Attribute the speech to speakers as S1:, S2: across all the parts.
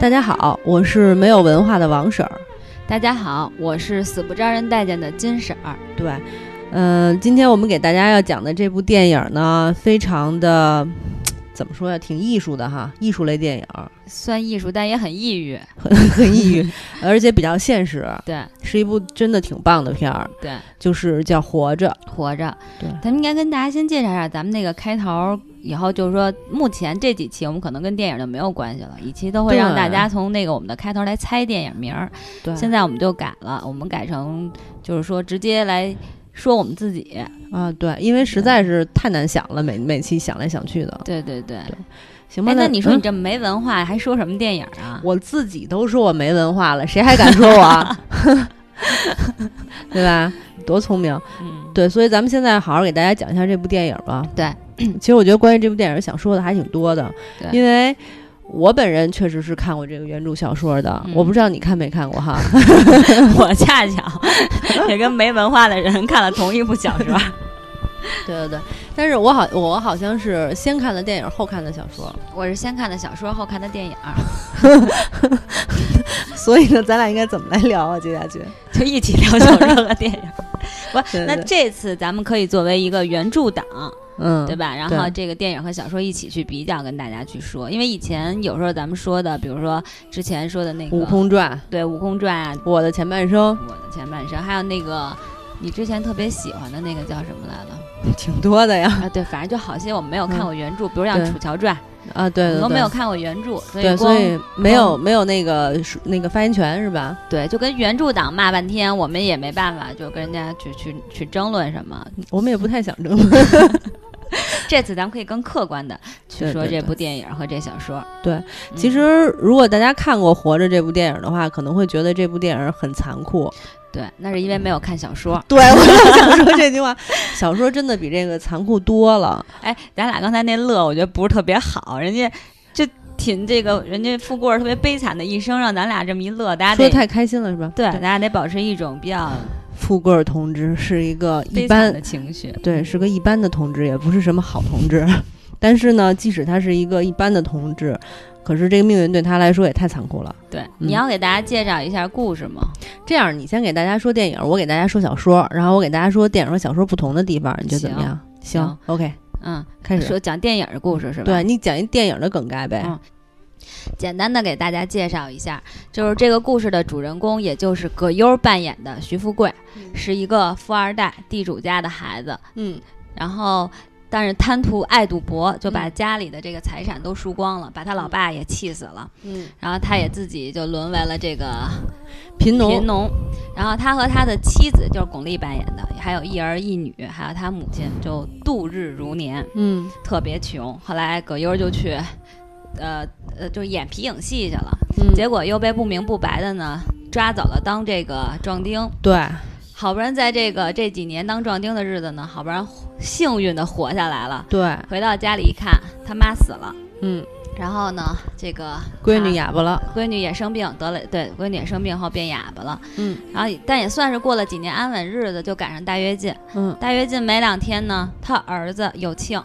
S1: 大家好，我是没有文化的王婶儿。
S2: 大家好，我是死不招人待见的金婶儿。
S1: 对，呃，今天我们给大家要讲的这部电影呢，非常的怎么说呀，挺艺术的哈，艺术类电影 儿，
S2: 算艺术，但也很抑郁。
S1: 很很抑郁，而且比较现实，
S2: 对
S1: 是一部真的挺棒的片儿，
S2: 对，
S1: 就是叫《活着
S2: 活着。
S1: 对
S2: 咱们应该跟大家先介绍一下咱们那个开头，以后就是说，目前这几期我们可能跟电影就没有关系了，以期都会让
S1: 对
S2: 大家从那个我们的开头来猜电影名儿。》。
S1: 对
S2: 现在我们就改了，我们改成就是说直接来说我们自己。
S1: 啊，对，因为实在是太难想了，每每期想来想去的，
S2: 对对对。
S1: 行吧？
S2: 哎，那你说
S1: 嗯
S2: 你这没文化，还说什么电影 啊？
S1: 我自己都说我没文化了，谁还敢说我 啊？对吧？多聪明！
S2: 嗯，
S1: 对，所以咱们现在好好给大家讲一下这部电影吧。
S2: 对，
S1: 其实我觉得关于这部电影想说的还挺多的，
S2: 对
S1: 因为我本人确实是看过这个原著小说的，
S2: 嗯
S1: 我不知道你看没看过哈。
S2: 我恰巧也跟没文化的人看了同一部小说。
S1: 对对对，但是我好我好像是先看的电影，后看的小说，
S2: 我是先看的小说，后看的电影儿，
S1: 所以呢，咱俩应该怎么来聊啊？接下去，
S2: 就一起聊小说和电影儿。
S1: 对
S2: 那
S1: 对
S2: 这次咱们可以作为一个原著党，
S1: 嗯，
S2: 对吧？然后这个电影和小说一起去比较，跟大家去说。因为以前有时候咱们说的，比如说之前说的那个
S1: 《悟空传》
S2: 对《悟空传》啊，
S1: 我的前半生
S2: 我的前半生，还有那个你之前特别喜欢的那个叫什么来着？
S1: 挺多的呀，
S2: 啊，对，反正就好些我没有看过原著，比如像
S1: 对
S2: 《楚乔传》，
S1: 啊，对
S2: 我
S1: 对
S2: 们都
S1: 对
S2: 没有看过原著，
S1: 嗯
S2: 所
S1: 对，
S2: 以
S1: 所
S2: 光
S1: 以没有没有那个属那个发言权是吧？
S2: 对，就跟原著党骂半天，我们也没办法，就跟人家去去去争论什么。
S1: 我们也不太想争论。
S2: 这次咱们可以更客观的去
S1: 对
S2: 说
S1: 对
S2: 这
S1: 对
S2: 部电影和这小说。
S1: 对
S2: 嗯，
S1: 其实，如果大家看过《活着》这部电影的话，可能会觉得这部电影很残 酷。
S2: 对，那是因为没有看小说。
S1: 对，我就想说这句话， 小说真的比这个残酷多了。
S2: 哎，咱俩刚才那乐，我觉得不是特别好，人家就挺这个，人家富贵儿特别悲惨的一生，让咱俩这么一乐，大家
S1: 说
S2: 得
S1: 得太开心了是吧？
S2: 对，大，家得保持一种比较
S1: 富贵儿同志是一个一
S2: 悲惨
S1: 般
S2: 的情绪。
S1: 对，是个一般的同志，也不是什么好同志。 但是呢，即使他是一个一般的同志，可是这个命运对他来说也太残酷了。
S2: 对，你要给大家介绍一下故事吗？
S1: 这样，你先给大家说电影，我给大家说小说，然后我给大家说电影和小说不同的地方，你觉得怎么样？
S2: 行行
S1: o k
S2: 嗯，
S1: 开始。
S2: 说讲电影的故事是吧？
S1: 对你讲一电影的梗概呗。
S2: 嗯简单的给大家介绍一下，就是这个故事的主人公，也就是葛优扮演的徐富贵，是一个富二代地主家的孩子，
S1: 嗯，
S2: 然后但是贪图爱赌博，就把家里的这个财产都输光了，把他老爸也气死了，
S1: 嗯，
S2: 然后他也自己就沦为了这个
S1: 贫农，
S2: 贫农，然后他和他的妻子就是巩俐扮演的，还有一儿一女，还有他母亲，就度日如年。
S1: 嗯，
S2: 特别穷。后来葛优就去，呃呃，就演皮影戏去了，
S1: 嗯
S2: 结果又被不明不白的呢抓走了当这个壮丁。
S1: 对，
S2: 好不容易在这个这几年当壮丁的日子呢，好不容易幸运的活下来了。
S1: 对，
S2: 回到家里一看，他妈死了，
S1: 嗯，
S2: 然后呢，这个
S1: 闺女哑巴了，
S2: 闺女也生病得了，对，闺女也生病后变哑巴了。
S1: 嗯，
S2: 然后但也算是过了几年安稳日子，就赶上大跃进。
S1: 嗯，
S2: 大跃进没两天呢，他儿子有庆，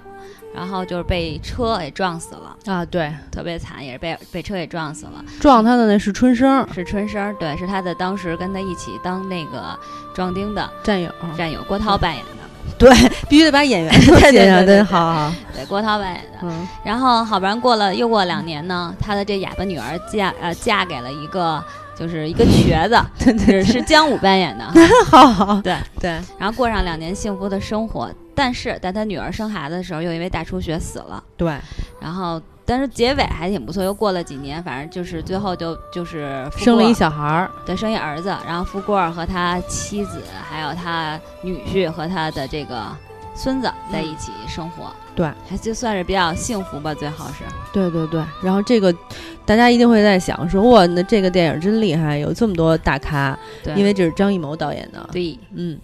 S2: 然后就是被车给撞死了，
S1: 啊，对，
S2: 特别惨，也是被被车给撞死了。
S1: 撞她的那是春生
S2: 是春生，对，是他的当时跟他一起当那个壮丁的
S1: 战友，
S2: 战友郭涛扮演的，
S1: 对，必须得把演员
S2: 对对
S1: 介绍
S2: 对对
S1: 对，好好，
S2: 对，郭涛扮演的。
S1: 嗯，
S2: 然后好不容易过了又过两年呢，他的这哑巴女儿嫁呃嫁给了一个就是一个瘸子，
S1: 嗯 对对
S2: 是是姜武扮演 的。
S1: 对， 好好，
S2: 对
S1: 对，
S2: 然后过上两年幸福的生活，但是在他女儿生孩子的时候，又因为大出血死了。
S1: 对，
S2: 然后，但是结尾还挺不错，又过了几年，反正就是最后就就是啊富
S1: 生了
S2: 贵
S1: 一
S2: 儿，
S1: 小孩儿，
S2: 对，生一儿子。然后富贵儿和他妻子，还有他女婿和他的这个孙子在一起生活，
S1: 嗯对，
S2: 还就算是比较幸福吧，最后是。
S1: 对对对，然后这个大家一定会在想说，哇，那这个电影真厉害，有这么多大咖，
S2: 对，
S1: 因为这是张艺谋导演的。
S2: 对
S1: 嗯，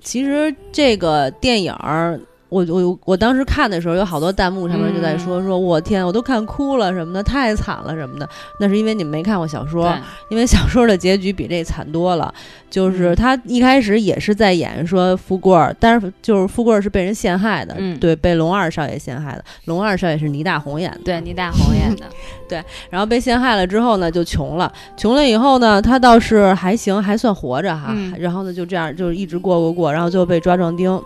S1: 其实这个电影儿我我我当时看的时候，有好多弹幕上面就在说、
S2: 嗯
S1: 说，我天，我都看哭了什么的，太惨了什么的。那是因为你们没看过小说，因为小说的结局比这惨多了。就是
S2: 嗯
S1: 他一开始也是在演说富贵儿，但是就是富贵儿是被人陷害的，
S2: 嗯
S1: 对，被龙二少爷陷害的。龙二少爷是倪大红演的，
S2: 对，倪大红演 的，
S1: 然后被陷害了之后呢，就穷了。穷了以后呢，他倒是还行，还算活着哈。
S2: 嗯
S1: 然后呢，就这样就一直过过过，然后就被抓壮丁。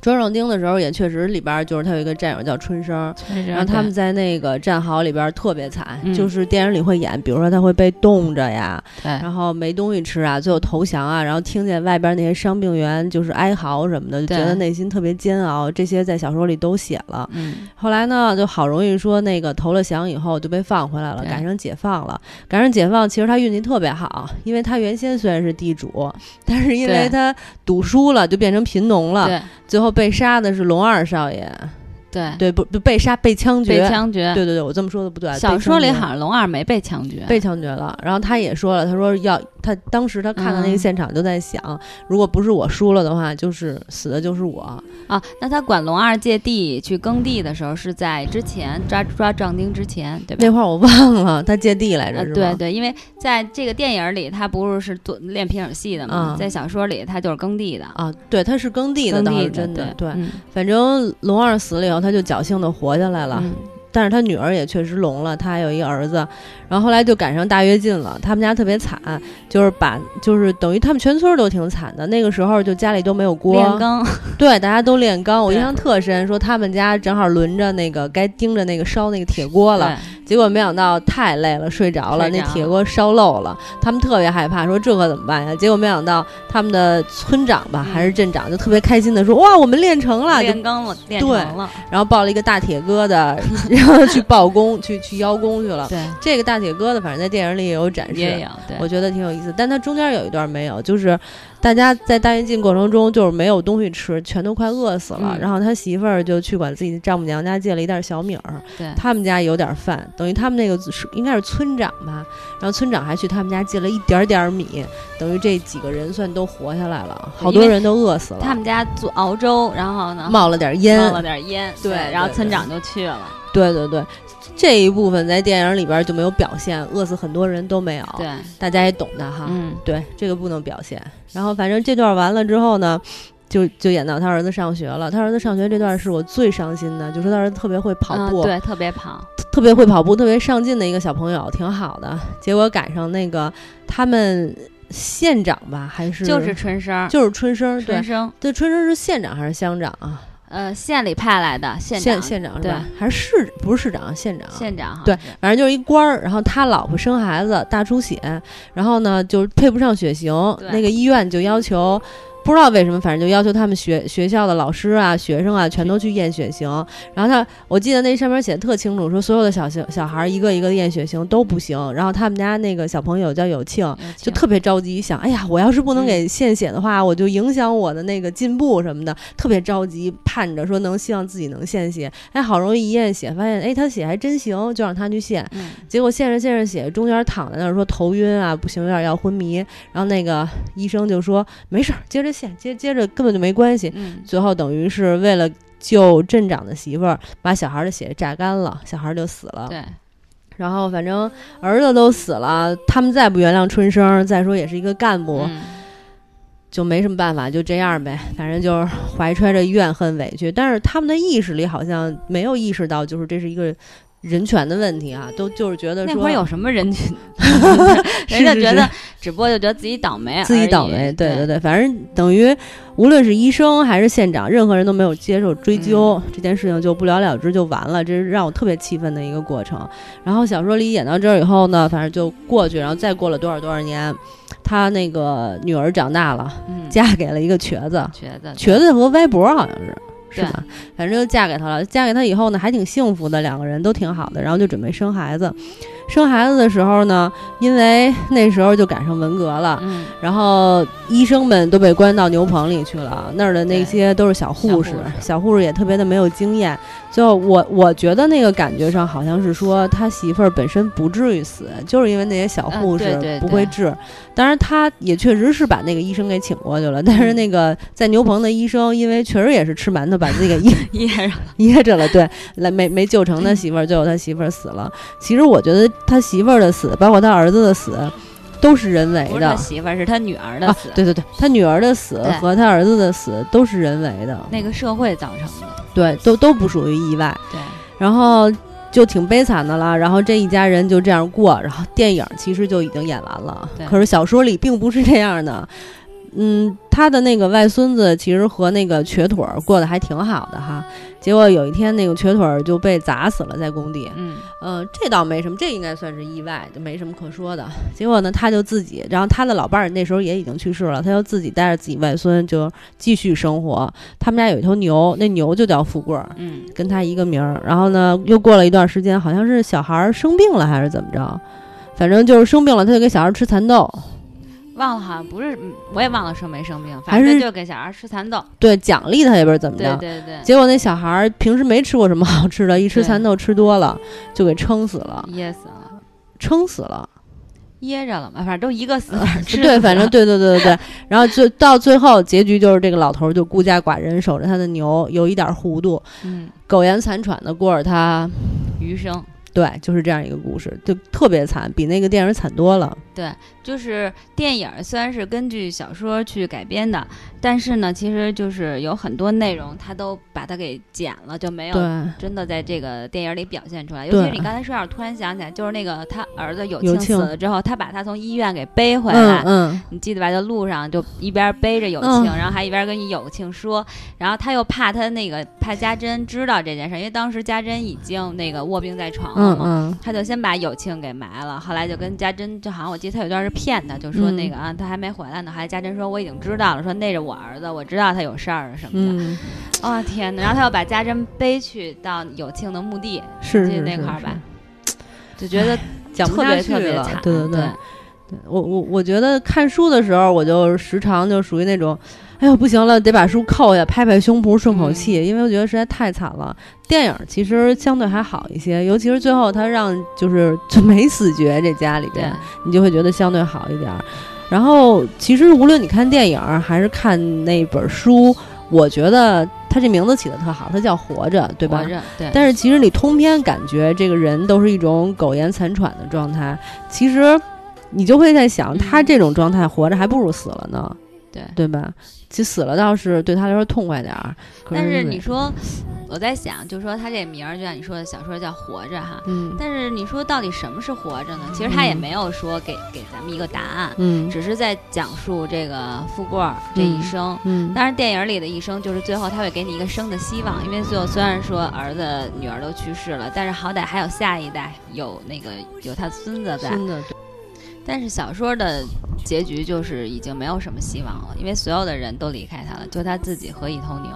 S1: 抓壮丁的时候也确实里边儿就是他有一个战友叫春生，然后他们在那个战壕里边儿特别惨，
S2: 嗯
S1: 就是电影里会演，比如说他会被冻着呀，
S2: 对
S1: 然后没东西吃啊，最后投降啊，然后听见外边那些伤病员就是哀嚎什么的，就觉
S2: 对
S1: 得内心特别煎熬。这些在小说里都写了。
S2: 嗯，
S1: 后来呢，就好容易说那个投了降以后就被放回来了，
S2: 对
S1: 赶上解放了。赶上解放，其实他运气特别好，因为他原先虽然是地主， 但是因为
S2: 对
S1: 他赌输了，就变成贫农了。
S2: 对
S1: 最后被杀的是龙二少爷，
S2: 对，
S1: 对，不不被杀被枪决。
S2: 被枪决。
S1: 对对对，我这么说的不对啊。
S2: 小说里
S1: 被枪决
S2: 好像龙二没被枪决，
S1: 被枪决了，然后他也说了，他说要他当时他看到那个
S2: 嗯
S1: 现场就在想，如果不是我输了的话，就是死的就是我。
S2: 啊，那他管龙二借地去耕地的时候是在之前抓抓壮丁之前，对吧？
S1: 那会儿我忘了他借地来着，
S2: 呃，
S1: 是
S2: 对
S1: 吧？
S2: 对，因为在这个电影里，他不是是做练皮影戏的嘛，
S1: 嗯
S2: 在小说里他就是耕地的，
S1: 啊，对，他是耕地的，
S2: 耕
S1: 倒
S2: 地
S1: 是真的。
S2: 对，嗯
S1: 反正龙二死了以后，他就侥幸的活下来了，
S2: 嗯
S1: 但是他女儿也确实聋了，他还有一儿子，然后后来就赶上大跃进了，他们家特别惨，就是把就是等于他们全村都挺惨的，那个时候就家里都没有锅，
S2: 练耕，
S1: 对，大家都炼钢。我印
S2: 对
S1: 象特深，说他们家正好轮着那个该盯着那个烧那个铁锅了，结果没想到太累了，睡着了，
S2: 睡
S1: 那
S2: 着
S1: 铁锅烧漏了。他们特别害怕，说这可怎么办呀？结果没想到他们的村长吧，
S2: 嗯
S1: 还是镇长，就特别开心的说：“哇，我们练成了！”
S2: 对，
S1: 就
S2: 练耕了，练
S1: 对
S2: 成了，
S1: 然后抱了一个大铁疙 瘩，然后去报功，去去邀功去了。
S2: 对，
S1: 这个大铁疙瘩，反正在电影里也有展示，
S2: 也有对，
S1: 我觉得挺有意思，但它中间有一段没有，就是大家在大跃进过程中就是没有东西吃，全都快饿死了。
S2: 嗯
S1: 然后他媳妇儿就去管自己的丈母娘家借了一袋小米儿，
S2: 对
S1: 他们家有点饭，等于他们那个是应该是村长吧，然后村长还去他们家借了一点点儿米，等于这几个人算都活下来了，好多
S2: 因为
S1: 人都饿死了，
S2: 他们家做熬粥，然后呢
S1: 冒了点烟，
S2: 冒了点烟，
S1: 对
S2: 然后
S1: 对
S2: 村
S1: 对
S2: 长就去了，
S1: 对对对。这一部分在电影里边就没有表现，饿死很多人都没有，
S2: 对，
S1: 大家也懂的哈。
S2: 嗯，
S1: 对，这个不能表现。然后反正这段完了之后呢，就就演到他儿子上学了。他儿子上学这段是我最伤心的，就说他儿子特别会跑
S2: 嗯
S1: 步，
S2: 对，特别胖，
S1: 特别会跑步，特别上进的一个小朋友，挺好的。结果赶上那个他们县长吧，还是
S2: 就是春生，
S1: 就是春生儿，对
S2: 春，生，
S1: 这春生是县长还是乡长啊？
S2: 呃，县里派来的县
S1: 县
S2: 长，
S1: 县长是吧？还是市不是市长？县长。啊
S2: 县长好像
S1: 对
S2: 是，
S1: 反正就是一官儿，然后他老婆生孩子大出血，然后呢就是配不上血型，
S2: 对
S1: 那个医院就要求，不知道为什么，反正就要求他们学学校的老师啊、学生啊全都去验血型。然后他，我记得那上面写的特清楚，说所有的小型小孩儿一个一个验血型都不行。然后他们家那个小朋友叫有庆。
S2: 有
S1: 就
S2: 请
S1: 特别着急，想，哎呀，我要是不能给献血的话，我就影响我的那个进步什么的，特别着急，盼着说能希望自己能献血。哎，好容易一验血，发现哎他血还真行，就让他去献。
S2: 嗯
S1: 结果献着献着血，中间躺在那儿说头晕啊，不行，有点要昏迷。然后那个医生就说没事儿，接着献，接接着根本就没关系。
S2: 嗯，
S1: 最后等于是为了救镇长的媳妇儿，把小孩的血榨干了，小孩就死了。
S2: 对，
S1: 然后反正儿子都死了，他们再不原谅春生，再说也是一个干部，
S2: 嗯
S1: 就没什么办法，就这样呗。反正就是怀揣着怨恨委屈，但是他们的意识里好像没有意识到，就是这是一个人权的问题啊，都就是觉得
S2: 那
S1: 说
S2: 会儿有什么人 群？
S1: 是
S2: 人家
S1: 是
S2: 觉
S1: 是
S2: 得，只不过就觉得自己倒霉，
S1: 自己倒霉，对
S2: 哎对
S1: 对，对，反正等于无论是医生还是县长，任何人都没有接受追究、
S2: 嗯
S1: 这件事情，就不了了之就完了，这是让我特别气愤的一个过程。然后小说里演到这儿以后呢，反正就过去，然后再过了多少多少年，他那个女儿长大了，
S2: 嗯，
S1: 嫁给了一个瘸子，
S2: 觉得
S1: 瘸子和歪脖好像是。是
S2: 对
S1: 吧？反正就嫁给他了。嫁给他以后呢，还挺幸福的，两个人都挺好的。然后就准备生孩子，生孩子的时候呢，因为那时候就赶上文革了，
S2: 嗯，
S1: 然后医生们都被关到牛棚里去了，那儿的那
S2: 对
S1: 些都是小护士
S2: 小护，士
S1: 小护士也特别的没有经验。就我我觉得那个感觉上，好像是说他媳妇儿本身不至于死，就是因为那些小
S2: 嗯
S1: 护
S2: 对
S1: 士
S2: 对
S1: 不会
S2: 对
S1: 治。当然，他也确实是把那个医生给请过去了，但是
S2: 嗯
S1: 那个在牛棚的医生，因为确实也是吃馒头把自己给 噎
S2: 也是
S1: 噎着了，对，来没没救成他媳妇儿，最后他媳妇儿死了。其实我觉得他媳妇儿的死，包括他儿子的死，都是人为
S2: 不是
S1: 的
S2: 他媳妇儿，是他女儿的
S1: 啊
S2: 死，。
S1: 对对对，他女儿的死
S2: 对
S1: 和他儿子的死都是人为的，
S2: 那个社会造成的，
S1: 对，都都不属于意外。
S2: 对，
S1: 然后就挺悲惨的了。然后这一家人就这样过，然后电影其实就已经演完了
S2: 对，
S1: 可是小说里并不是这样的。嗯，他的那个外孙子其实和那个瘸腿儿过得还挺好的哈，结果有一天那个瘸腿儿就被砸死了在工地，
S2: 嗯，
S1: 嗯，这倒没什么，这应该算是意外，就没什么可说的。结果呢，他就自己，然后他的老伴儿那时候也已经去世了，他就自己带着自己外孙就继续生活。他们家有一头牛，那牛就叫富贵儿，
S2: 嗯，
S1: 跟他一个名儿。然后呢，又过了一段时间，好像是小孩儿生病了还是怎么着，反正就是生病了，他就给小孩儿吃蚕豆，
S2: 忘了好像不是，嗯我也忘了生没生病，
S1: 还
S2: 反
S1: 是
S2: 正就给小孩吃蚕豆，
S1: 对，奖励他也不知道怎么
S2: 对
S1: 着。
S2: 对对，
S1: 结果那小孩儿平时没吃过什么好吃的，一吃
S2: 对
S1: 蚕豆吃多了就给撑死了，
S2: 噎死了，
S1: 撑死了。
S2: 噎着了嘛，反正都一 个死法吃死了，
S1: 对，反正对对对对 对。然后就到最后结局就是这个老头儿就孤家寡人，守着他的牛，有一点儿糊涂，
S2: 嗯，
S1: 苟延残喘的过着他。
S2: 余生。
S1: 对，就是这样一个故事，就特别惨，比那个电影惨多了。
S2: 就是电影儿虽然是根据小说去改编的，但是呢，其实就是有很多内容它都把它给剪了，就没有
S1: 对，
S2: 真的在这个电影里表现出来。尤
S1: 对
S2: 其是你刚才说到，突然想起来，就是那个他儿子有
S1: 有
S2: 庆
S1: 庆
S2: 死了之后，他把他从医院给背回来
S1: 嗯，嗯，
S2: 你记得吧？就路上就一边背着有庆，
S1: 嗯
S2: 然后还一边跟有庆说，然后他又怕他那个怕家珍知道这件事，因为当时家珍已经那个卧病在床了
S1: 嗯
S2: 嘛。
S1: 嗯，
S2: 他就先把有庆给埋了，后来就跟家珍，就好像我记得他有段是骗他，就
S1: 嗯
S2: 说那个啊，他还没回来呢，还家珍说我已经知道了，说那是我儿子，我知道他有事儿什么的。
S1: 嗯，
S2: 哦天哪！然后他又把家珍背去到有庆的墓地，
S1: 是
S2: 记
S1: 是
S2: 得
S1: 是
S2: 那块儿
S1: 是
S2: 吧就觉得
S1: 讲不
S2: 特
S1: 下
S2: 别
S1: 去
S2: 特别
S1: 了
S2: 惨。
S1: 对
S2: 对
S1: 对对。对我我我觉得看书的时候，我就时常就属于那种，哎呦不行了，得把书扣下，拍拍胸脯顺口气，因为我觉得实在太惨了。电影其实相对还好一些，尤其是最后他让就是就没死绝这家里
S2: 对
S1: 边，你就会觉得相对好一点儿。然后其实无论你看电影儿还是看那本书，我觉得他这名字起的特好，它叫《活着》，对吧？
S2: 活着对，
S1: 但是其实你通篇感觉这个人都是一种苟延残喘的状态，其实你就会在想，
S2: 嗯
S1: 他这种状态活着还不如死了呢，
S2: 对。
S1: 对吧？其实死了倒是对他来说痛快点儿，可
S2: 但是
S1: 是
S2: 你，说，我在想，就说他这名儿，就像你说的小说叫《活着》哈。
S1: 嗯
S2: 但是你说到底什么是活着呢？其实他也没有说给给咱们一个答案，
S1: 嗯
S2: 只是在讲述这个富贵儿这一
S1: 嗯
S2: 生。
S1: 嗯，
S2: 当然，电影里的一生就是最后他会给你一个生的希望，因为最后虽然说儿子、女儿都去世了，但是好歹还有下一代，有那个有他孙子在。
S1: 真的对
S2: 但是小说的结局就是已经没有什么希望了，因为所有的人都离开他了，就他自己和一头牛。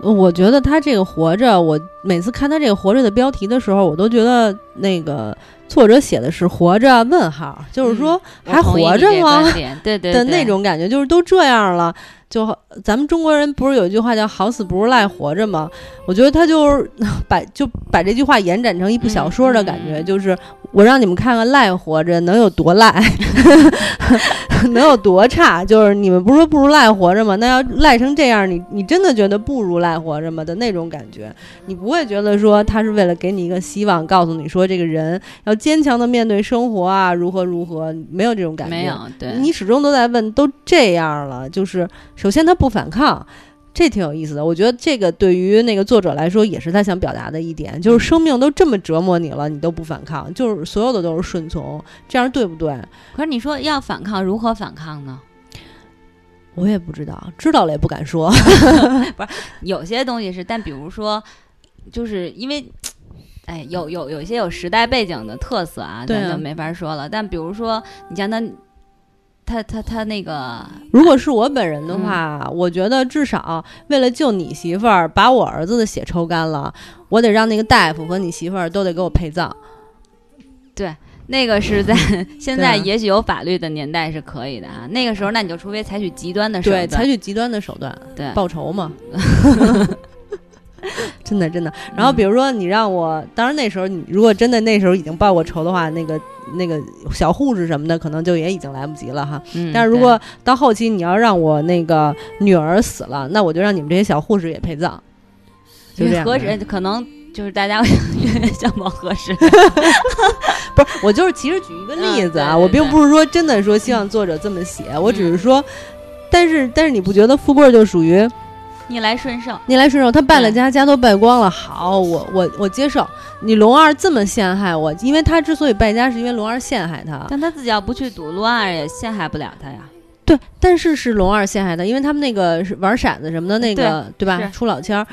S1: 我觉得他这个活着，我每次看他这个活着的标题的时候，我都觉得那个作者写的是活着问号，就是说还
S2: 嗯我同意
S1: 活
S2: 你
S1: 着
S2: 这
S1: 吗
S2: 观点？对对
S1: 的
S2: 对
S1: 那。种感觉，就是都这样了，就好咱们中国人不是有一句话叫“好死不如赖活着”吗？我觉得他就是 把就把这句话延展成一部小说的感觉，
S2: 嗯嗯
S1: 就是我让你们看看赖活着能有多赖， 能有多差。就是你们不是说不如赖活着吗？那要赖成这样，你你真的觉得不如赖活着吗的那种感觉？你不会觉得说他是为了给你一个希望，告诉你说这个人要坚强的面对生活啊，如何如何，没有这种感觉，
S2: 没有，对，
S1: 你始终都在问，都这样了，就是首先他不反抗，这挺有意思的。我觉得这个对于那个作者来说，也是他想表达的一点，
S2: 嗯
S1: 就是生命都这么折磨你了，你都不反抗，就是所有的都是顺从，这样对不对？
S2: 可是你说要反抗，如何反抗呢？
S1: 我也不知道，知道了也不敢说。
S2: 有些东西是，但比如说，就是因为，哎，有有有一些有时代背景的特色啊，
S1: 对啊
S2: 咱就没法说了。但比如说，你像他，他他他那个，
S1: 如果是我本人
S2: 嗯
S1: 的话，我觉得至少为了救你媳妇儿，把我儿子的血抽干了，我得让那个大夫和你媳妇儿都得给我陪葬。
S2: 对，那个 是在现
S1: 啊
S2: 在也许有法律的年代是可以的啊。那个时候，那你就除非采取极端的手
S1: 对，
S2: 段，
S1: 采取极端的手段
S2: 对
S1: 报仇 嘛。 真的真的，然
S2: 嗯
S1: 后比如说你让我，当然那时候你如果真的那时候已经报过仇的话，那个那个小护士什么的，可能就也已经来不及了哈。
S2: 嗯
S1: 但是如
S2: 对
S1: 果到后期你要让我那个女儿死了，那我就让你们这些小护士也陪葬，就
S2: 因
S1: 这
S2: 为
S1: 样
S2: 何
S1: 的。
S2: 止可能就是大家想往 合适，
S1: 不是，我就是其实举一个例子啊，
S2: 嗯对
S1: 我
S2: 对嗯
S1: 并不是说真的说希望作者这么写，我只是说，但是但是你不觉得富贵儿就属于
S2: 逆来顺受，
S1: 逆来顺受，他败了
S2: 嗯
S1: 家，家都败光了。好，我我我接受你龙二这么陷害我，因为他之所以败家，是因为龙二陷害他。
S2: 但他自己要不去赌，罗二也陷害不了他呀。
S1: 对，但是是龙二陷害他，因为他们那个是玩骰子什么的那个，对吧？
S2: 是嗯
S1: 出老千儿，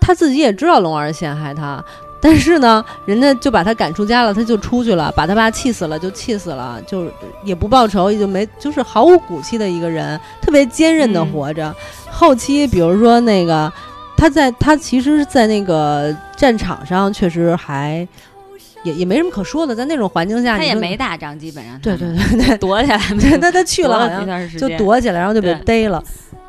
S1: 他自己也知道龙二陷害他，但是呢，人家就把他赶出家了，他就出去了，把他爸气死了就气死了，就是也不报仇，也就没就是毫无骨气的一个人，特别坚韧的
S2: 嗯
S1: 活着。后期比如说那个，他在他其实，在那个战场上确实还也也没什么可说的，在那种环境下，
S2: 他
S1: 你
S2: 也
S1: 说
S2: 没打仗，基本上
S1: 对
S2: 他
S1: 对
S2: 们
S1: 对对
S2: 躲起来
S1: 对，
S2: 没
S1: 他他去
S2: 躲
S1: 了好
S2: 了一
S1: 像
S2: 段时
S1: 就
S2: 间，
S1: 躲起来，然后就被
S2: 对
S1: 逮了，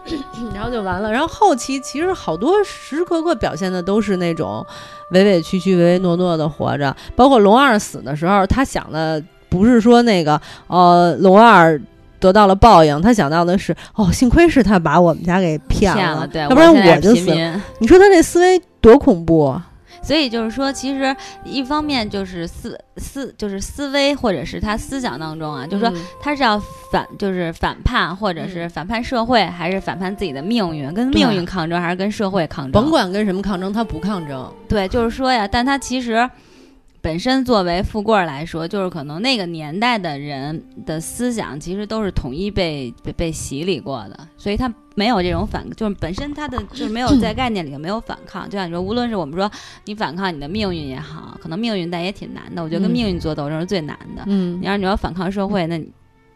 S1: 然后就完了。然后后期其实好多时时刻刻表现的都是那种委委屈屈、唯唯诺诺的活着，包括龙二死的时候，他想的不是说那个呃龙二。得到了报应，他想到的是哦，幸亏是他把我们家给骗
S2: 骗了，对，
S1: 要不然
S2: 现在
S1: 我
S2: 是
S1: 就
S2: 平
S1: 死了。
S2: 民
S1: 你说他这思维多恐怖啊！
S2: 所以就是说，其实一方面就是思思就是思维，或者是他思想当中啊，就是说
S1: 嗯
S2: 他是要反，就是反叛，或者是
S1: 嗯
S2: 反叛社会，还是反叛自己的命运，跟
S1: 对
S2: 命运抗争，还是跟社会抗争？
S1: 甭管跟什么抗争，他不抗争，
S2: 对，就是说呀，但他其实本身作为富贵儿来说，就是可能那个年代的人的思想其实都是统一被被被洗礼过的，所以他没有这种反，就是本身他的就是没有
S1: 嗯
S2: 在概念里没有反抗。就像你说，无论是我们说你反抗你的命运也好，可能命运但也挺难的，我觉得
S1: 嗯
S2: 跟命运做斗争是最难的。
S1: 嗯
S2: 你，要是你要反抗社会，那你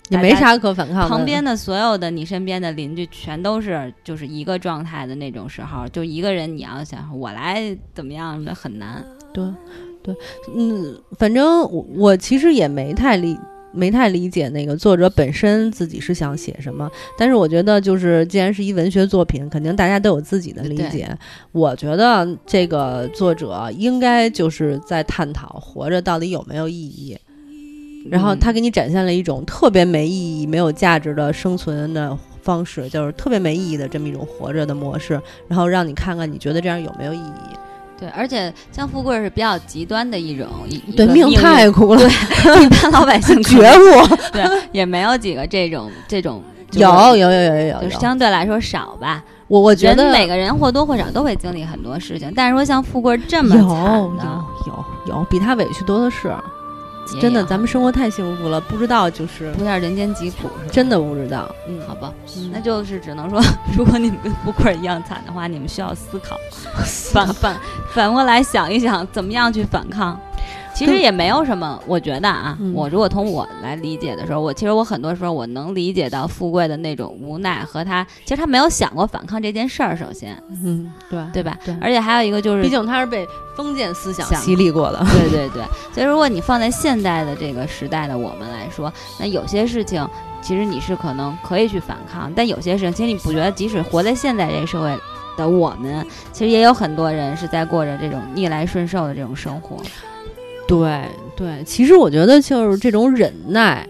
S1: 也没啥可反抗的。
S2: 旁边的所有的你身边的邻居全都是就是一个状态的那种时候，就一个人你要想我来怎么样的很难。
S1: 对，对，嗯，反正我我其实也没太理。没太理解那个作者本身自己是想写什么，但是我觉得就是既然是一文学作品，肯定大家都有自己的理
S2: 对
S1: 解。我觉得这个作者应该就是在探讨活着到底有没有意义，然后他
S2: 嗯
S1: 给你展现了一种特别没意义、没有价值的生存的方式，就是特别没意义的这么一种活着的模式，然后让你看看你觉得这样有没有意义。
S2: 对，而且像富贵儿是比较极端的一种，一一
S1: 对，
S2: 个
S1: 命
S2: 运
S1: 太苦了，
S2: 一般老百姓可
S1: 觉
S2: 能
S1: 悟。
S2: 对，也没有几个这种这种就是
S1: 有有有有有有
S2: 就是
S1: 有，
S2: 相对来说少吧。
S1: 我我觉
S2: 人
S1: 得
S2: 每个人或多或少都会经历很多事情，但是说像富贵儿这么
S1: 有有
S2: 惨的，
S1: 有有比他委屈多的是，
S2: 也
S1: 真的，
S2: 有
S1: 咱们生活太幸福了，不知道就是
S2: 不叫人间疾苦，是吧
S1: 真的不知道，嗯，
S2: 好吧？
S1: 嗯
S2: 那就是只能说，如果你们跟富贵儿一样惨的话，你们需要思考，反反反过来想一想，怎么样去反抗。其实
S1: 对
S2: 也没有什么，我觉得啊，
S1: 嗯
S2: 我如果从我来理解的时候，我其实我很多时候我能理解到富贵的那种无奈和他，其实他没有想过反抗这件事儿，首先，
S1: 嗯，对，
S2: 对吧？
S1: 对
S2: 而且还有一个就是
S1: 毕，竟他是被封建思想
S2: 想
S1: 洗礼过 的，
S2: 对对对，所以如果你放在现代的这个时代的我们来说，那有些事情其实你是可能可以去反抗，但有些事情其实你不觉得，即使活在现在这个社会的我们，其实也有很多人是在过着这种逆来顺受的这种生活。
S1: 对对，其实我觉得就是这种忍耐、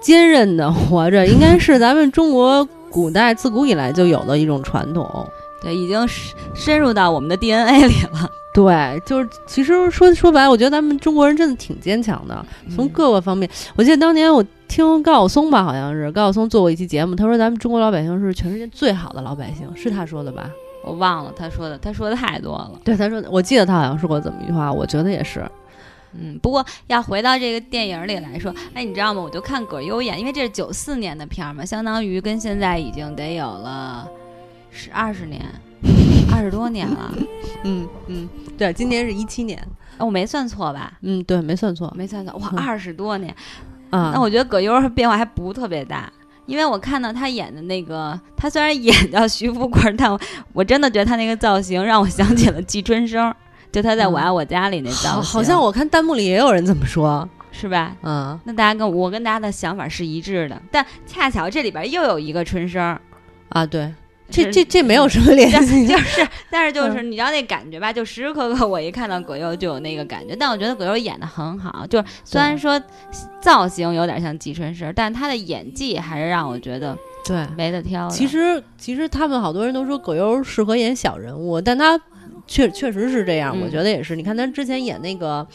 S1: 坚韧的活着，应该是咱们中国古代自古以来就有的一种传统。
S2: 对，已经深深入到我们的 DNA 里了。
S1: 对，就是其实说说白了，我觉得咱们中国人真的挺坚强的，从各个方面，我记得当年我听高晓松吧，好像是高晓松做过一期节目，他说咱们中国老百姓是全世界最好的老百姓，是他说的吧？
S2: 我忘了他说的，他说的太多了。
S1: 对，他说的，我记得他好像说过这么一句话，我觉得也是，
S2: 嗯，不过要回到这个电影里来说，哎，你知道吗？我就看葛优演，因为这是九四年的片儿嘛，相当于跟现在已经得有了十二十年，二十多年了。
S1: 嗯嗯，对，今年是一七年，
S2: 哎我没算错吧？
S1: 嗯，对，没算错
S2: 没算错，哇，
S1: 嗯
S2: 二十多年！
S1: 啊。
S2: 那我觉得葛优变化还不特别大，因为我看到他演的那个，他虽然演叫徐富贵，但我我真的觉得他那个造型让我想起了季春生，就他在《我
S1: 嗯
S2: 爱我家》里那造型。
S1: 好，好像我看弹幕里也有人这么说，
S2: 是吧？
S1: 啊，
S2: 那大家跟我跟大家的想法是一致的，但恰巧这里边又有一个春生儿，
S1: 啊，对，这
S2: 是
S1: 这这没有什么联 系，
S2: 就是，但是就是
S1: 嗯
S2: 你知道那感觉吧，就时时刻刻我一看到葛优就有那个感觉。但我觉得葛优演的很好，就是虽然说造型有点像季春生，但他的演技还是让我觉得
S1: 对。
S2: 没得挑的。
S1: 其实其实他们好多人都说葛优适合演小人物，但他确确实是这样，
S2: 嗯
S1: 我觉得也是。你看他之前演那个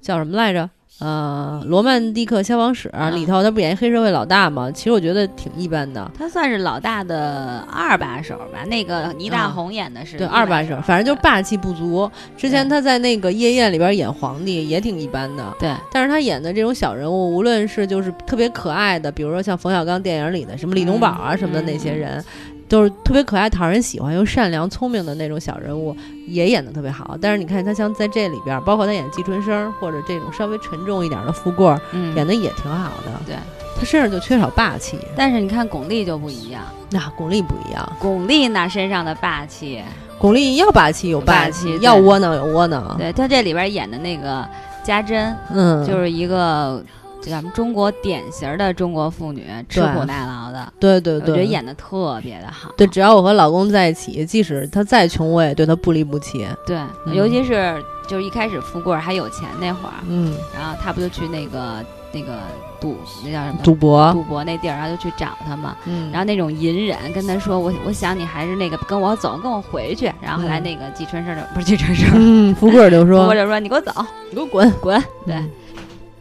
S1: 叫什么来着？呃，《罗曼蒂克消防史》
S2: 啊
S1: 里头，他不演黑社会老大吗？其实我觉得挺一般的，
S2: 他算是老大的二把手吧，那个倪大
S1: 啊
S2: 红演的是
S1: 对，
S2: 一
S1: 二把手，反正就霸气不足。之前
S2: 对
S1: 他在那个《夜宴》里边演皇帝也挺一般的，
S2: 对
S1: 但是他演的这种小人物，无论是就是特别可爱的，比如说像冯小刚电影里的什么李东宝啊
S2: 嗯
S1: 什么的那些
S2: 嗯
S1: 人，都是特别可爱、讨人喜欢又善良、聪明的那种小人物，也演的特别好。但是你看他像在这里边，包括他演季春生或者这种稍微沉重一点的富贵儿，
S2: 嗯
S1: 演的也挺好的。
S2: 对，
S1: 他身上就缺少霸气。
S2: 但是你看巩俐就不一样，
S1: 那、巩俐不一样，
S2: 巩俐那身上的霸气，
S1: 巩俐要霸气有霸
S2: 霸气对
S1: 要窝囊有窝囊。
S2: 对她这里边演的那个家珍，
S1: 嗯，
S2: 就是一个咱们中国典型的中国妇女，吃
S1: 对
S2: 苦耐劳的，
S1: 对对
S2: 我
S1: 对，
S2: 觉得演的特别的好。
S1: 对，只要我和老公在一起，即使他再穷，我也对他不离不弃。
S2: 对
S1: 嗯
S2: 尤其是就是一开始富贵儿还有钱那会儿，
S1: 嗯，
S2: 然后他不就去那个那个赌那叫什么
S1: 赌博，
S2: 赌博那地儿，然后就去找他嘛。
S1: 嗯，
S2: 然后那种隐忍，跟他说我我想你还是那个跟我走，跟我回去。然后后来
S1: 嗯
S2: 那个季春生就不是季春生，
S1: 嗯，富贵儿就
S2: 富
S1: 说
S2: 贵儿就说 你给我走，
S1: 你给我滚，
S2: 滚。对，
S1: 嗯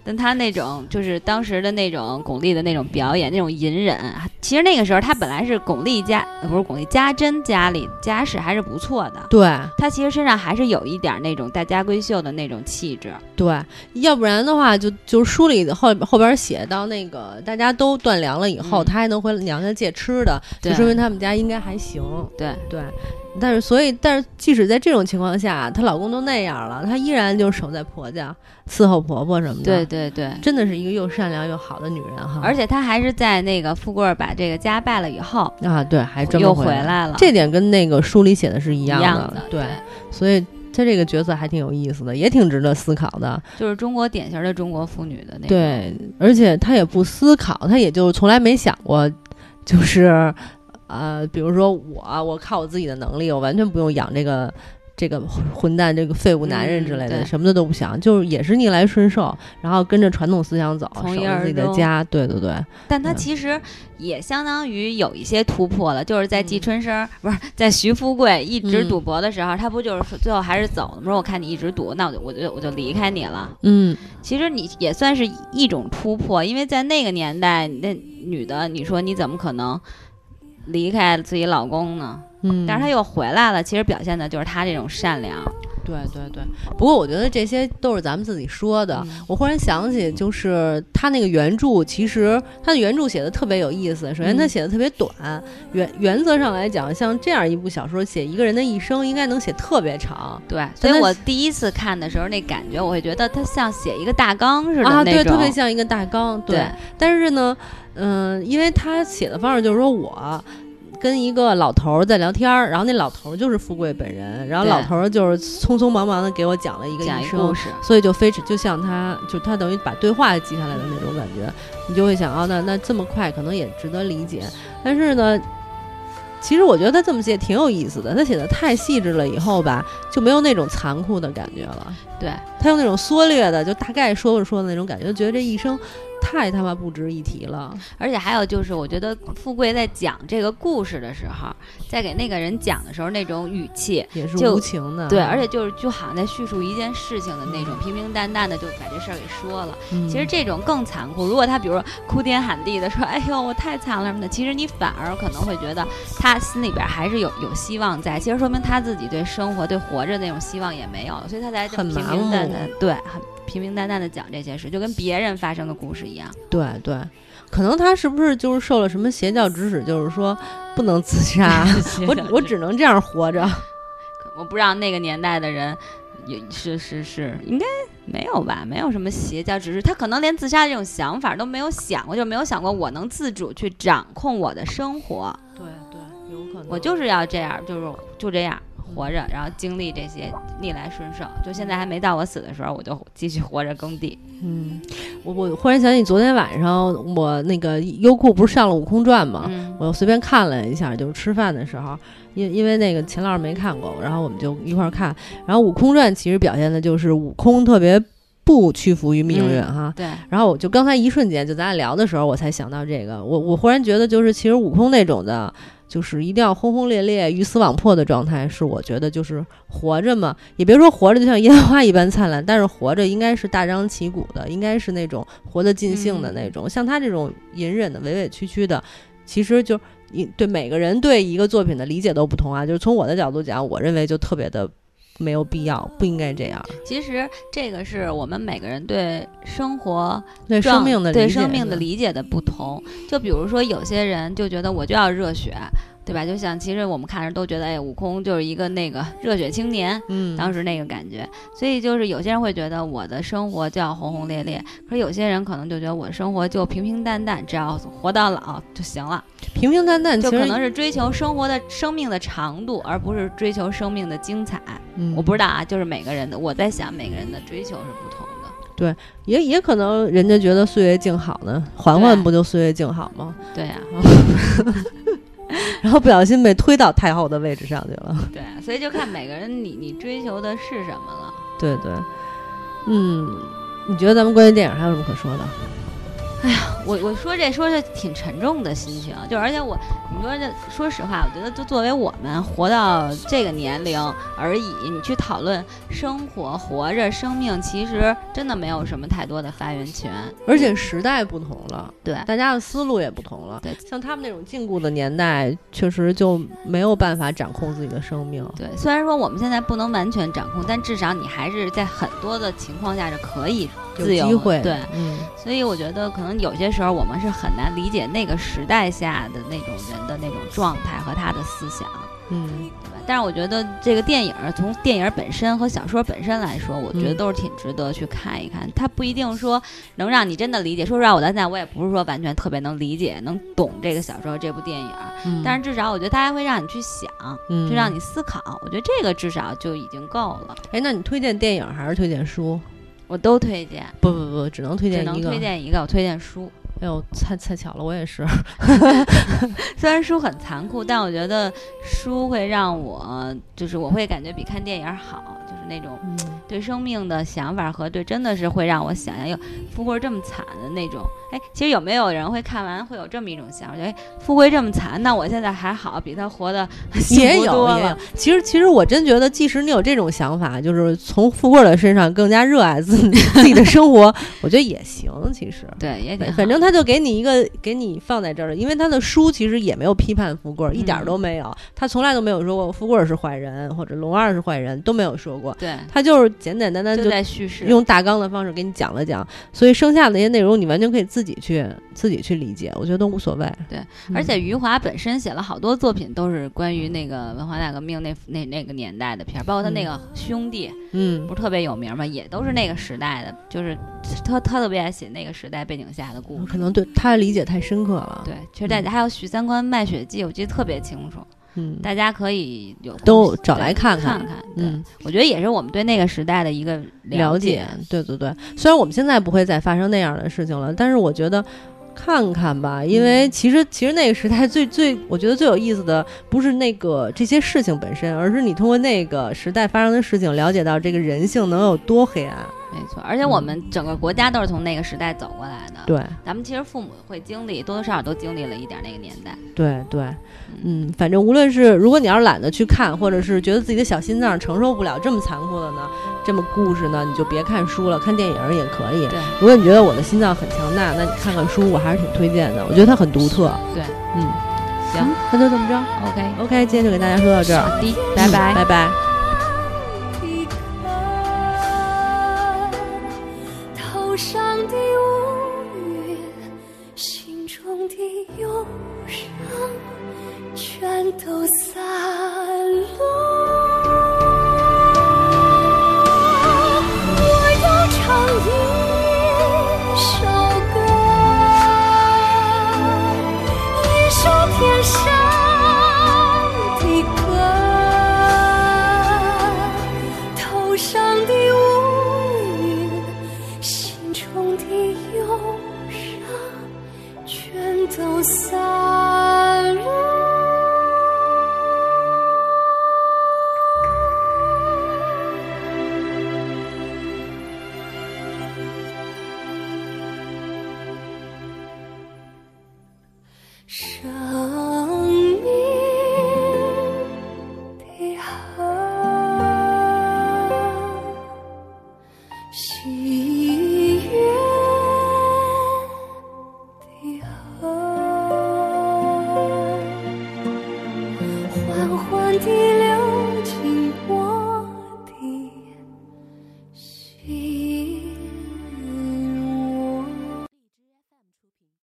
S2: 但他那种就是当时的那种巩俐的那种表演，那种隐忍，其实那个时候他本来是巩俐家呃不是巩俐家珍家里家世还是不错的，
S1: 对
S2: 他其实身上还是有一点那种大家闺秀的那种气质。
S1: 对，要不然的话，就就是书里后后边写到那个大家都断粮了以后，
S2: 嗯
S1: 他还能回娘家借吃的，就
S2: 对
S1: 说明他们家应该还行。
S2: 对
S1: 对，但是所以，但是即使在这种情况下，她老公都那样了，她依然就守在婆家伺候婆婆什么嗯
S2: 对
S1: 的。，
S2: 对对，
S1: 真的是一个又善良又好的女人哈。
S2: 而且他还是在那个富贵儿把这个家败了以后
S1: 啊，对，还专门
S2: 又
S1: 回
S2: 回
S1: 来了。
S2: 来了，
S1: 这点跟那个书里写的是一
S2: 一
S1: 样
S2: 样
S1: 对，所以他这个角色还挺有意思的，也挺值得思考的。
S2: 就是中国典型的中国妇女的那种。
S1: 对，而且他也不思考，他也就从来没想过，就是呃，比如说我，我靠我自己的能力，我完全不用养这个。这个混蛋，这个废物男人之类的，
S2: 嗯对
S1: 什么的都不想，就是也是逆来顺受，然后跟着传统思想走，
S2: 从
S1: 守
S2: 一
S1: 着
S2: 而
S1: 自己的
S2: 终
S1: 家。对对对，
S2: 但他
S1: 嗯
S2: 其实也相当于有一些突破了，就是在季
S1: 嗯
S2: 春生、不是在徐富贵一直
S1: 嗯
S2: 赌博的时候，他不就是说最后还是走了吗？说我看你一直赌，那我就我就我就离开你了。
S1: 嗯，
S2: 其实你也算是一种突破，因为在那个年代，那女的你说你怎么可能离开自己老公呢？
S1: 嗯
S2: 但是她又回来了，其实表现的就是她这种善良。
S1: 对对对，不过我觉得这些都是咱们自己说的，
S2: 嗯
S1: 我忽然想起，就是他那个原著，其实他的原著写的特别有意思。首先，他
S2: 嗯
S1: 写的特别短，原原则上来讲，像这样一部小说，写一个人的一生，应该能写特别长
S2: 对，所以
S1: 但
S2: 我第一次看的时候，那感觉我会觉得她像写一个大纲似的
S1: 啊，
S2: 那
S1: 对，
S2: 种，
S1: 特别像一个大纲。对，
S2: 对
S1: 但是呢，嗯、因为他写的方式就是说我。跟一个老头儿在聊天儿，然后那老头儿就是富贵本人，然后
S2: 对
S1: 老头儿就是匆匆忙忙的给我讲了一个
S2: 讲
S1: 一
S2: 一
S1: 生
S2: 故，事。
S1: 所以就非就像他，就他等于把对话记下来的那种感觉，你就会想啊，那那这么快可能也值得理解，但是呢，其实我觉得他这么写挺有意思的，他写的太细致了以后吧，就没有那种残酷的感觉了，
S2: 对，
S1: 他用那种缩略的，就大概说着说的那种感觉，就觉得这一生太他妈不值一提了，
S2: 而且还有就是，我觉得富贵在讲这个故事的时候，在给那个人讲的时候，那种语气，
S1: 也是
S2: 就
S1: 无情的，
S2: 对，而且就是就好像在叙述一件事情的那种平平淡淡的就把这事儿给说了。
S1: 嗯
S2: 其实这种更残酷。如果他比如说哭天喊地的说：“哎呦，我太惨了什么的”，其实你反而可能会觉得他心里边还是有有希望在。其实说明他自己对生活、对活着那种希望也没有，所以他才这么
S1: 很
S2: 平
S1: 麻
S2: 平淡
S1: 木
S2: 淡，对，很平平淡淡的讲这些事，就跟别人发生的故事一样。。
S1: 对对，可能他是不是就是受了什么邪教指使，就是说不能自杀 我我只能这样活着，
S2: 我不知道那个年代的人也是是是，应该没有吧？没有什么邪教，只是他可能连自杀这种想法都没有想过，就没有想过我能自主去掌控我的生活，
S1: 对对，有可能
S2: 我就是要这样，就是就这样活着，然后经历这些逆来顺受。就现在还没到我死的时候，我就继续活着耕地。
S1: 嗯，我我忽然想起昨天晚上我那个优酷不是上了《悟空传》吗？
S2: 嗯
S1: 我又随便看了一下，就是吃饭的时候，因因为那个钱老师没看过，然后我们就一块儿看。然后《悟空传》其实表现的就是悟空特别不屈服于命运
S2: 嗯
S1: 哈。
S2: 对，
S1: 然后我就刚才一瞬间，就咱俩聊的时候，我才想到这个。我我忽然觉得，就是其实悟空那种的，就是一定要轰轰烈烈、鱼死网破的状态，是我觉得就是活着嘛，也别说活着就像烟花一般灿烂，但是活着应该是大张旗鼓的，应该是那种活得尽兴的那种。像他这种隐忍的、委委屈屈的，其实就一对每个人对一个作品的理解都不同啊。就是从我的角度讲，我认为就特别的没有必要，不应该这样。
S2: 其实这个是我们每个人对生活
S1: 对
S2: 状
S1: 生命的理解
S2: 对
S1: 呢，
S2: 生命的理解的不同。就比如说，有些人就觉得我就要热血，对吧？就像其实我们看着都觉得，哎，悟空就是一个那个热血青年，
S1: 嗯，
S2: 当时那个感觉。所以就是有些人会觉得我的生活就要轰轰烈烈，可是有些人可能就觉得我生活就平平淡淡，只要活到老就行了，
S1: 平平淡嗯淡，其
S2: 就
S1: 实
S2: 可能是追求生活的生命的长度，而不是追求生命的精彩。
S1: 嗯
S2: 我不知道啊，就是每个人的，我在想每个人的追求是不同的。
S1: 也也可能人家觉得岁月静好呢，环
S2: 对
S1: 环不就岁月静好吗？
S2: 对啊，
S1: 然后不小心被推到太后的位置上去了。
S2: 对啊，所以就看每个人你你追求的是什么了。
S1: 对对，嗯，你觉得咱们关于电影还有什么可说的？
S2: 我我说这说是挺沉重的心情，就而且我你说这说实话，我觉得就作为我们活到这个年龄而已，你去讨论生活、活着、生命，其实真的没有什么太多的发言权。
S1: 而且时代不同了，
S2: 对
S1: 大家的思路也不同了。
S2: 对
S1: 像他们那种禁锢的年代，确实就没有办法掌控自己的生命。
S2: 对，虽然说我们现在不能完全掌控，但至少你还是在很多的情况下是可以
S1: 有
S2: 自由
S1: 机会，
S2: 对，
S1: 嗯，
S2: 所以我觉得，可能有些时候我们是很难理解那个时代下的那种人的那种状态和他的思想，
S1: 嗯，
S2: 对吧？但是我觉得这个电影儿从电影儿本身和小说本身来说，
S1: 嗯
S2: 我觉得都是挺值得去看一看。它不一定说能让你真的理解。说实话，我到现在我也不是说完全特别能理解、能懂这个小说这部电影儿，
S1: 嗯
S2: 但是至少我觉得它会让你去想，
S1: 嗯
S2: 去让你思考。我觉得这个至少就已经够了。
S1: 哎，那你推荐电影还是推荐书？
S2: 我都推荐，
S1: 不不不，只能推
S2: 只
S1: 荐
S2: 能
S1: 一个。
S2: 推荐一个，我推荐书。
S1: 哎呦，太太巧了，我也是。
S2: 虽然书很残酷，但我觉得书会让我，就是我会感觉比看电影好，就是那种
S1: 嗯
S2: 对生命的想法和对真的是会让我想想，有富贵这么惨的那种。哎，其实有没有人会看完会有这么一种想法，觉得哎，富贵这么惨，那我现在还好，比他活得
S1: 也
S2: 幸福
S1: 有
S2: 多
S1: 也有
S2: 了。，
S1: 其实其实我真觉得，即使你有这种想法，就是从富贵的身上更加热爱自己 自己的生活，我觉得也行。其实，
S2: 对，也挺
S1: 反
S2: 好
S1: 反正他就给你一个给你放在这儿了，因为他的书其实也没有批判富贵，一点儿
S2: 嗯
S1: 都没有，他从来都没有说过富贵是坏人或者龙二是坏人，都没有说过，
S2: 对，
S1: 他就是简简单单
S2: 就
S1: 就
S2: 在叙事。
S1: 用大纲的方式给你讲了讲，所以剩下的那些内容你完全可以自己去自己去理解，我觉得都无所谓。
S2: 对
S1: 嗯，
S2: 而且余华本身写了好多作品，都是关于那个文化大革命那那那个年代的片儿，包括他那个兄弟，
S1: 嗯
S2: 不是特别有名嘛，也都是那个时代的，就是他他特别爱写那个时代背景下的故
S1: 我
S2: 事。
S1: 嗯可能嗯对他的理解太深刻了，
S2: 对，其实大家还有许三观卖血记，我记得特别清楚，
S1: 嗯，
S2: 大家可以有空
S1: 都找来
S2: 对
S1: 看看
S2: 看看。对，
S1: 嗯。
S2: 我觉得也是我们对那个时代的一个
S1: 了
S2: 解。，
S1: 对对对。虽然我们现在不会再发生那样的事情了，但是我觉得看看吧，因为其实其实那个时代最最，我觉得最有意思的不是那个这些事情本身，而是你通过那个时代发生的事情，了解到这个人性能有多黑暗。
S2: 没错，而且我们整个国家都是从那个时代走过来的。，
S1: 嗯对
S2: 咱们其实父母会经历，多多少少都经历了一点那个年代。
S1: 对对，嗯，反正无论是如果你要是懒得去看，或者是觉得自己的小心脏承受不了这么残酷的呢，这么故事呢，你就别看书了，看电影儿也可以。
S2: 对
S1: 如果你觉得我的心脏很强大，那你看看书，我还是挺推荐的。我觉得它很独特。
S2: 对，
S1: 嗯，
S2: 行，
S1: 那就这么着。
S2: ，OK，
S1: OK，今天就给大家说到这儿，啊
S2: 好的，拜拜。
S1: 嗯拜拜。
S3: 头上的乌云，心中的忧伤，全都散落。我要唱一首歌，一首天上的歌。头上的乌云，心中的里忧伤，全都散落。生。